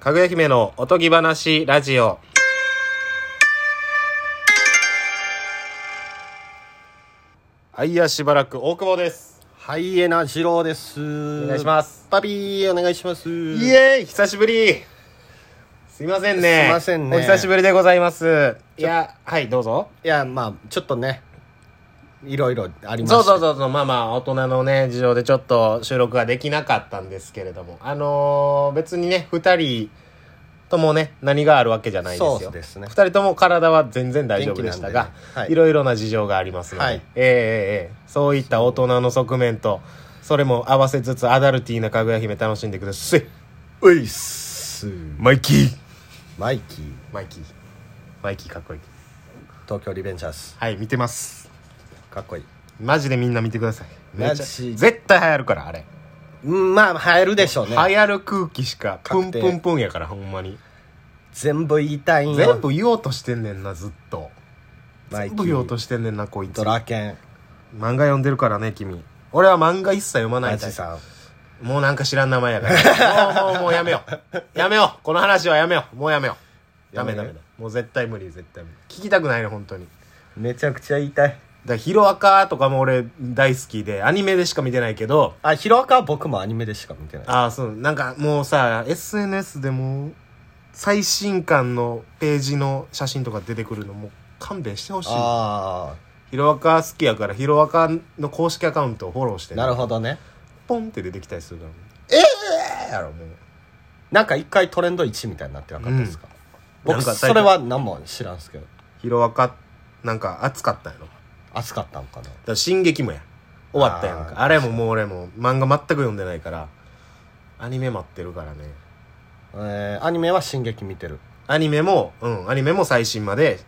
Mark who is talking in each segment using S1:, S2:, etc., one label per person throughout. S1: かぐや姫のおとぎ話ラジオ。はいや、しばらく大久保です。
S2: ハイエナ二郎です。お
S1: お願いします。
S2: パピー、お願いします。い
S1: イエーイ久しぶりすいませんね。
S2: すいませんね
S1: お久しぶりでございます。いや、はい、どうぞ。
S2: や、まあ、ちょっとね、いろいろあります。
S1: そうそうそうそう、まあまあ、大人のね、事情でちょっと収録ができなかったんですけれども、あのー別にね、二人ともね、何があるわけじゃないですよ。
S2: そうですね
S1: 二人とも体は全然大丈夫でしたが、
S2: 元気なんでねはい
S1: い、ろいろな事情がありますので、
S2: はい
S1: ええええそういった大人の側面と、それも合わせつつアダルティーなかぐや姫楽しんでください。
S2: ういっす。
S1: マイキー
S2: マイキー、
S1: マイキー。マイキーかっこいい。
S2: 東京リベンジャーズ。
S1: はい、見てます。
S2: かっこいい。
S1: マジでみんな見てください。めっちゃ
S2: マジ
S1: 絶対流行るから、あれ。
S2: うん、まあ、流行るでしょう
S1: 流
S2: ね。
S1: 行る空気しかプン
S2: 確定
S1: プンプンやからほんまに
S2: 全部言いたいんよ
S1: 全部言おうとしてんねんなずっと
S2: マイ
S1: 全
S2: キー
S1: 部言おうとしてんねんなこいつ
S2: ドラケン、
S1: 漫画読んでるからね君俺は漫画一切読まな
S2: マ
S1: いタ
S2: ジ
S1: イプ
S2: さん。
S1: もうなんか知らん名前やからもうもうもうやめようやめようこの話はやめようもうやめようダメダメだもう絶対無理絶対無理聞きたくないね本当にだか
S2: めちゃくちゃ言いたい。
S1: らヒロアカとかも俺大好きでアニメでしか見てないけど
S2: あ、ヒロアカは僕もアニメでしか見てない。
S1: ああそうなんかもうさ SNS でも最新刊のページの写真とか出てくるのもう勘弁してほしい
S2: あ
S1: ヒロアカ好きやからヒロアカの公式アカウントをフォローして
S2: あ、
S1: ね、
S2: なるほどね。
S1: ポンって出てきたりするからええやろもう
S2: なんか一回トレンド1みたいになってなかったですか、
S1: うんなん
S2: 僕、
S1: か最
S2: そ
S1: 近
S2: れは何も知らんすけど。
S1: ヒロアカなんか熱かったんやろだか
S2: 熱かったんかな
S1: ら進撃もや終わったやんか
S2: あ
S1: あ
S2: ー
S1: れももう俺も漫画全く読んでないからアニメ待ってるからね
S2: えー、アニメは「進撃」見てる
S1: アニメもうんアニメも最新まで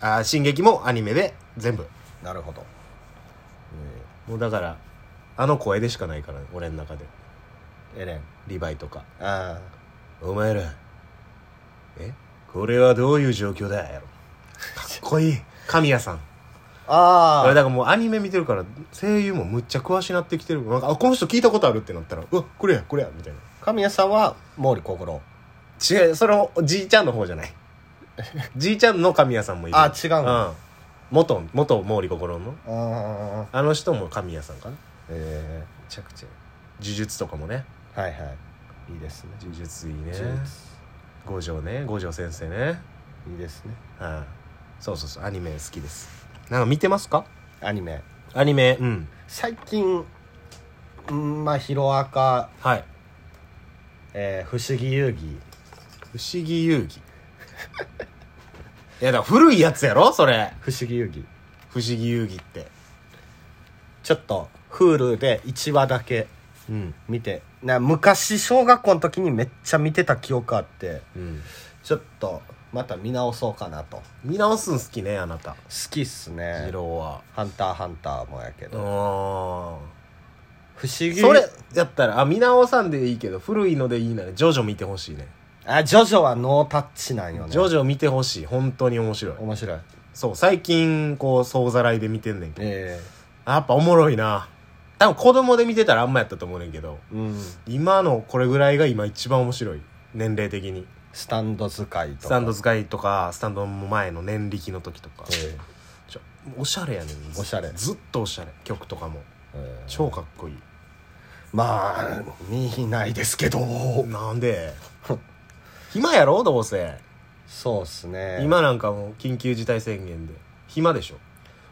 S1: あー進撃もアニメで全部
S2: なるほど、
S1: もうだからあの声でしかないから、ね、俺の中で
S2: えーエレン
S1: リヴァイとか
S2: あ
S1: 「お前らえこれはどういう状況だ?」やろかっこいい神谷さん
S2: ーあ
S1: 俺
S2: ー
S1: だからもうアニメ見てるから声優もむっちゃ詳しなってきてるなんかあこの人聞いたことあるってなったら「うわこれやこれや」みたいな
S2: 神谷さんは毛利小五郎
S1: 違うそれをじいちゃんの方じゃない じいちゃんの神谷さんもいる
S2: あ違う
S1: う
S2: の
S1: ん元元毛利心の
S2: ああ
S1: あの人も神谷さんかなめ
S2: え
S1: ちゃくちゃ呪術とかもね
S2: ー、はいはいいいですね
S1: 呪術いいね
S2: 呪術
S1: 五条ね五条先生ね
S2: いいですね
S1: はい、そうそうそうアニメ好きですなんか見てますか
S2: アニメ
S1: アニメうん
S2: 最近うんまあ「ヒロアカ
S1: はい」
S2: えー「不思議遊戯
S1: 「不思議遊戯」 いやだから古いやつやろそれ」
S2: 「不思議遊戯
S1: 「不思議遊戯」って」
S2: ちょっと Hulu で1話だけ
S1: うん
S2: 見てな昔小学校の時にめっちゃ見てた記憶あって
S1: うん
S2: ちょっとまた見直そうかなと好
S1: 見直すん好きねあなた
S2: きっすね
S1: 二郎は
S2: 「ハンターハンター」もやけ
S1: う
S2: ど
S1: ーん
S2: 不思議
S1: それやったらあ見直さんでいいけど古いのでいいならジョジョ見てほしいね
S2: あジョジョはノータッチなんよね
S1: ジョジョ見てほしい本当に面白い
S2: 面白い
S1: そう最近こう総ざらいで見てんねんけど
S2: え
S1: やっぱおもろいな多分子供で見てたらあんまやったと思うねんけど
S2: えうん
S1: 今のこれぐらいが今一番面白い年齢的に
S2: スタンド使いとか
S1: スタンド使いとかスタンドの前の年力の時とか
S2: え
S1: ちょおしゃれやねんず
S2: おしゃれ
S1: ずっとおしゃれ曲とかも
S2: えええ
S1: 超かっこいい、
S2: まあ見ないですけど
S1: なん で暇やろどうせ、
S2: そうっすね
S1: 今なんかもう緊急事態宣言で暇でしょ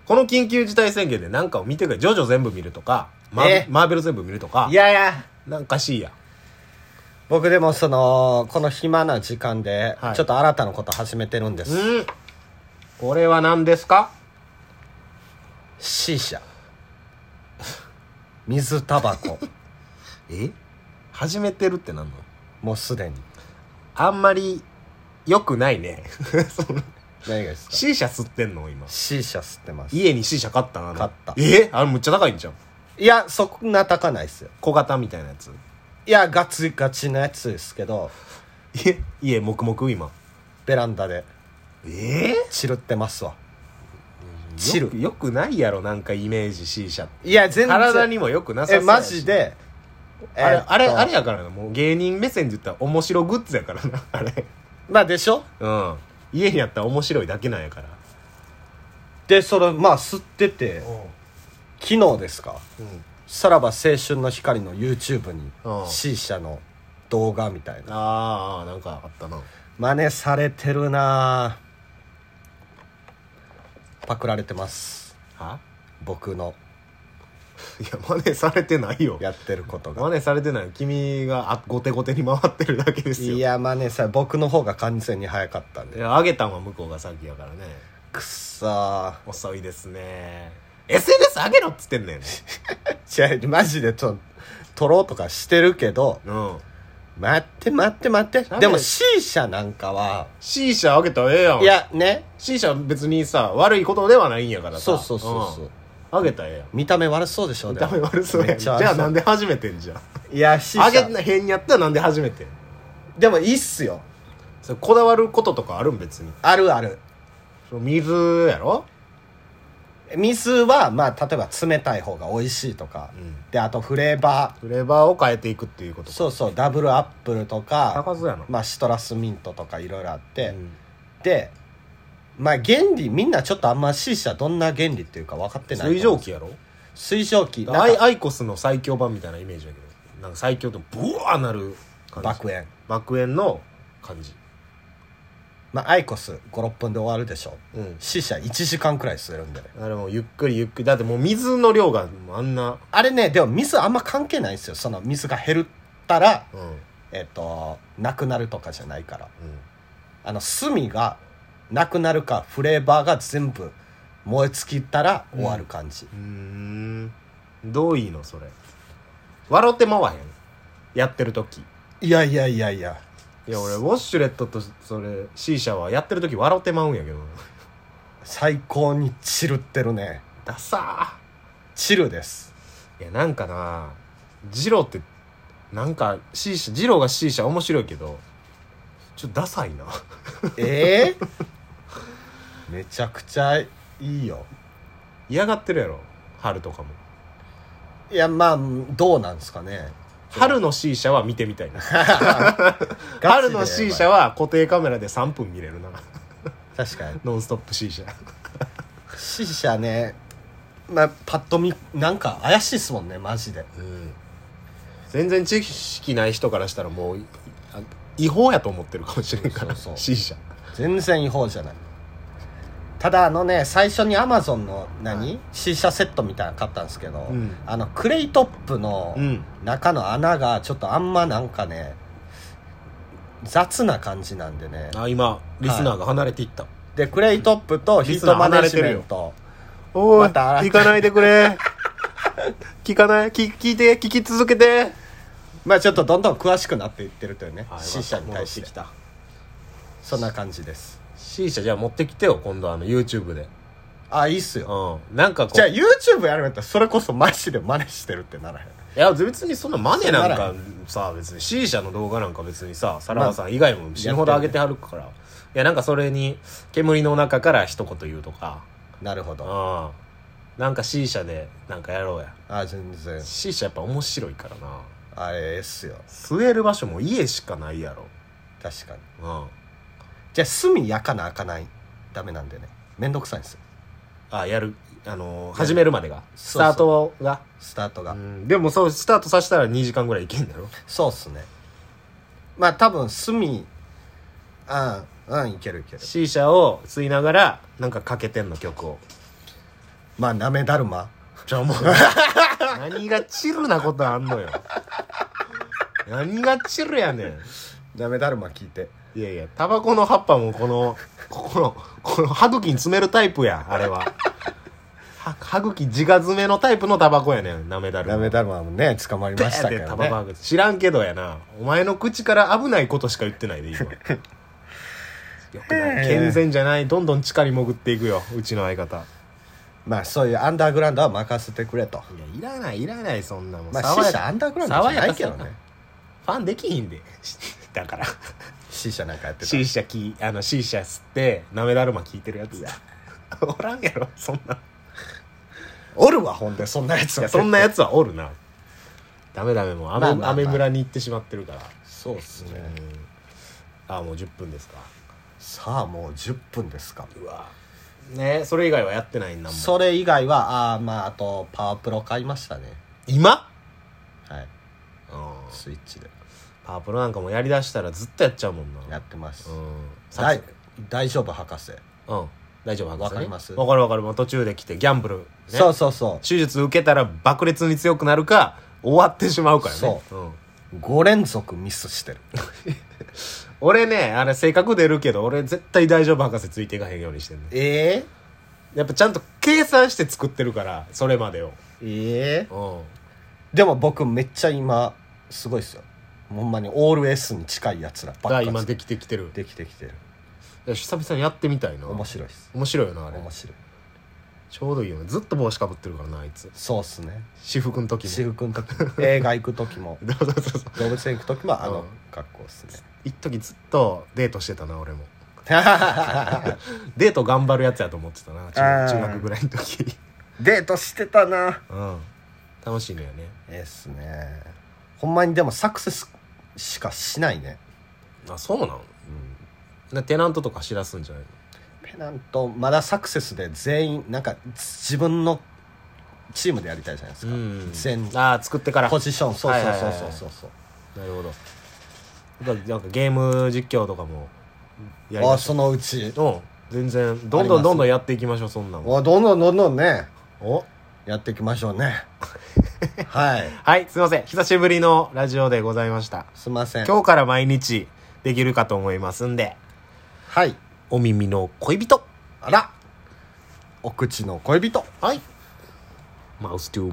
S1: この緊急事態宣言でなんかを見てくれジョジョ全部見るとかマー,、
S2: え
S1: マーベル全部見るとか
S2: いやいや
S1: なんかしいや
S2: 僕でもそのこの暇な時間で
S1: はい
S2: ちょっと新たなこと始めてるんです、
S1: うんこれは何ですか
S2: C 社水タバコ
S1: え始めてるってなんの
S2: もうすでに
S1: あんまり良くない ね
S2: 何がですか
S1: C 社吸ってんの今
S2: C 社吸ってます
S1: 家に C 社買ったな
S2: 買った
S1: えあれむっちゃ高いんじゃん
S2: いやそんな高ないっすよ
S1: 小型みたいなやつ
S2: いやガチガチのやつですけど
S1: 家家黙々今
S2: ベランダで
S1: ええ
S2: 散るってますわ
S1: チ
S2: チ
S1: ル
S2: ル
S1: よくよくないやろなんかイメージ C 社って
S2: いや全然
S1: 体にもよくなさそう
S2: え
S1: やし
S2: マジで
S1: あれ、
S2: えーっと
S1: あれ、あれやからな。もう芸人目線で言ったら面白グッズやからな、 あれ。
S2: まあでしょ
S1: うん。家にあったら面白いだけなんやから。
S2: でそれまあ吸ってて昨日ですか
S1: うん。
S2: さらば青春の光の YouTube に
S1: うん
S2: C 社の動画みたいな
S1: ああ、なんかあったな。
S2: 真似されてるなぁパクられてます
S1: は
S2: 僕の
S1: いや、真似されてないよ。
S2: やってることが
S1: 真似されてないよ。君が、あ、後手後手に回ってるだけですよ。
S2: い
S1: いや、
S2: や真似さ僕の方が完全に早かったんで
S1: あげたんは向こうが先やからね。
S2: くっさ
S1: 遅いですね。SNS 上げろっつって んねん。
S2: ー違うマジでと撮ろうとかしてるけど
S1: うん。
S2: 待って待って待って
S1: べ
S2: でも C 社なんかは
S1: C 社上げたらええやん。
S2: いやね
S1: C 社別にさ、悪いことではないんやからさ。
S2: そうそうそうそう、
S1: ん上げたらええやん。
S2: 見た目悪そうでしょ
S1: 見た目悪そう
S2: で
S1: やん。
S2: も
S1: じゃあなん
S2: で
S1: で始めてんじゃん。
S2: いや C
S1: 上げ
S2: 社
S1: んな変にやったらなんで始めてん
S2: でもいいっすよ
S1: それこだわることとかあるん別に。
S2: あるある
S1: その水やろ
S2: 水はまあ例えば冷たい方が美味しいとか、
S1: うん
S2: であとフレーバ
S1: フレーバーを変えていくっていうこと
S2: ーそうそうダブルアップルとか、
S1: 高津やな。
S2: まあ、シトラスミントとかいろいろあって、
S1: うん
S2: でまあ原理みんなちょっとあんま C 社どんな原理っていうか分かってない
S1: 水蒸気やろ
S2: 水蒸気な
S1: ア
S2: ん
S1: イ
S2: か
S1: アイコスの最強版みたいなイメージやけど。なんか最強でもブワーなる感じ。
S2: 爆炎
S1: 爆炎の感じ。
S2: まあアイコス56分で終わるでしょ
S1: うん。
S2: C 社1時間くらい吸えるんでね
S1: あれもうゆっくりゆっくり。だってもう水の量があんな。
S2: あれねでも水あんま関係ないんですよその水が減ったら
S1: うん。うん。
S2: えっ、となくなるとかじゃないからあの炭がなくなるかフレーバーが全部燃え尽きたら終わる感じ、
S1: うーんどういいのそれ笑ってまわへんやってる時
S2: いやいやいやいや
S1: いや俺ウォッシュレットとそれ C 社はやってる時笑ってまうんやけど
S2: 最高にチルってるね
S1: ダサ
S2: チルです
S1: ーいやなんかなジローってなんか C 社ジローが C 社面白いけどちょっとダサいな
S2: ええ めちゃくちゃいいよ
S1: 嫌がってるやろ春とかも
S2: いやまあどうなんですかね
S1: 春の C 社は見てみ たいな
S2: ガチで
S1: 春の C 社は固定カメラで3分見れるな
S2: 確かに
S1: ノンストップ C 社
S2: C 社ねまあパッと見なんか怪しいっすもんねマジで
S1: うん全然知識ない人からしたらもういあ違法やと思ってるかもしれんから
S2: そうそう
S1: C 社
S2: 全然違法じゃないただあのね最初にアマゾンの何、C 社セットみたいなの買ったんですけど、
S1: ん
S2: あのクレイトップの
S1: うん
S2: 中の穴がちょっとあんまなんかね雑な感じなんでね
S1: あ今リスナーが離れていった、
S2: でクレイトップとヒートマネジメント
S1: お
S2: また
S1: かないでく れ聞かない聞聞いて聞き続けて
S2: まあちょっとどんどん詳しくなっていってるというね
S1: あよかった
S2: C 社に対
S1: 戻
S2: し
S1: ってきた
S2: そんな感じです
S1: C 社じゃあ持ってきてよ今度あの YouTube で
S2: あいいっすよ
S1: うんなんかこう
S2: じゃあ YouTube やるんやったらそれこそマジで真似してるってならへん
S1: いや別にそんなマネなん
S2: そんな
S1: かさ別に C 社の動画なんか別にささらばさん以外も死ぬほど上げてはるから、いやなんかそれに煙の中から一言言うとか
S2: なるほど
S1: ああなんか C 社でなんかやろうや
S2: あ全然
S1: C 社やっぱ面白いからな
S2: あれっすよ
S1: 据える場所も家しかないやろ
S2: 確かに
S1: うん
S2: じゃあ炭焼かな焼かないダメなんでねめんどくさいんですよ
S1: あやるあのー始めるまでがス
S2: そうそう
S1: タートが
S2: スタートが、
S1: うんでもそうスタートさせたら2時間ぐらいいけん だろ
S2: そうっすねまあ多分炭うんうんいけるいける
S1: C 社を吸いながらなんかかけてんの曲を
S2: まあなめだるま
S1: じゃあもう何がチルなことあんのよ何がチルやねん
S2: なめだるま聞いて
S1: いやいや、タバコの葉っぱもこの、ここの、この歯茎に詰めるタイプや、あれは。は歯茎自我詰めのタイプのタバコやねん、なめだる。
S2: なめだるまもね捕まりましたけ
S1: ペーって
S2: ど
S1: タバ
S2: ね
S1: コ吐く知らんけどやな。お前の口から危ないことしか言ってないで、今。よくない。健全じゃない。どんどん地下に潜っていくよ、うちの相方。
S2: まあそういうアンダーグラウンドは任せてくれと
S1: いや、いらない、いらない、そんなもん。
S2: まあ
S1: 爽
S2: C
S1: や
S2: 社
S1: か
S2: アンダーグラウンドじゃないけど
S1: 爽や
S2: ね
S1: かファンできひん で。だ から。
S2: C 社なんかやってた
S1: C 社き、あの C 社吸って、なめだるま聞いてるやつや。 おらんやろ、そんな。
S2: おるわほんでそんなやつ
S1: い
S2: は
S1: やそんなやつはおるなダメダメもう雨,、
S2: まあまあまあ
S1: 雨村に行ってしまってるから、
S2: そうですね、
S1: ああもう10分ですか
S2: さあもう10分ですか
S1: うわねそれ以外はやってないんだもん
S2: それ以外はああまああとパワープロ買いましたね
S1: 今
S2: はい
S1: うん
S2: スイッチで
S1: パワープロなんかもうやりだしたらずっとやっちゃうもんな
S2: やってます、
S1: うんさ
S2: だ
S1: っき
S2: い大丈夫博士、
S1: うん大丈夫
S2: わかります
S1: わかるわかるもう途中で来てギャンブル、ね、
S2: そうそうそ
S1: 手術受けたら爆裂に強くなるか終わってしまうからね、
S2: そう
S1: ん、
S2: う5連続ミスしてる
S1: 俺ねあれ性格出るけど俺絶対大丈夫博士ついていかへんようにしてんね
S2: え
S1: やっぱちゃんと計算して作ってるからそれまでを
S2: えええ
S1: うん
S2: でも僕めっちゃ今すごいっすよほんまにオール S に近いやつらばっか
S1: が
S2: り
S1: 今できてきてる
S2: できてきてる
S1: いや久々にやってみたいな
S2: 面白いっす
S1: 面白いよなあれ
S2: 面白い
S1: ちょうどいいよねずっと帽子かぶってるからなあいつ
S2: そうっすね
S1: 私服の時
S2: 私
S1: も
S2: 服の時も映画行く時も
S1: そうそうそうそう
S2: 動物園行く時もあ
S1: う
S2: の
S1: ん
S2: 格好っすね
S1: 一時ずっとデートしてたな俺もデート頑張るやつやと思ってたな
S2: あー
S1: 中中学ぐらいの時
S2: デートしてたな
S1: うん楽しいのよね
S2: ええっすねほんまにでもサクセスしかしないね、
S1: あそうなの
S2: うん、
S1: なテナントとか知らすんじゃないの
S2: ペナントまだサクセスで全員なんか自分のチームでやりたいじゃないですか、
S1: うん
S2: 全員
S1: ああ作ってから
S2: ポジションそう
S1: は
S2: そう
S1: いはいはい
S2: そ
S1: は
S2: う
S1: い
S2: そうそうそう
S1: なるほどだからなんかゲーム実況とかもやり
S2: あ
S1: ま
S2: あ
S1: しょ
S2: そのうち
S1: ううん全然どんどんどんどんやっていきましょうそんなん
S2: おどんどんどんどんね
S1: お
S2: やっていきましょ うねはい
S1: はいすいません久しぶりのラジオでございました
S2: すいません
S1: 今日から毎日できるかと思いますんで
S2: はい
S1: お耳の恋人
S2: あらお口の恋人
S1: はいマウス to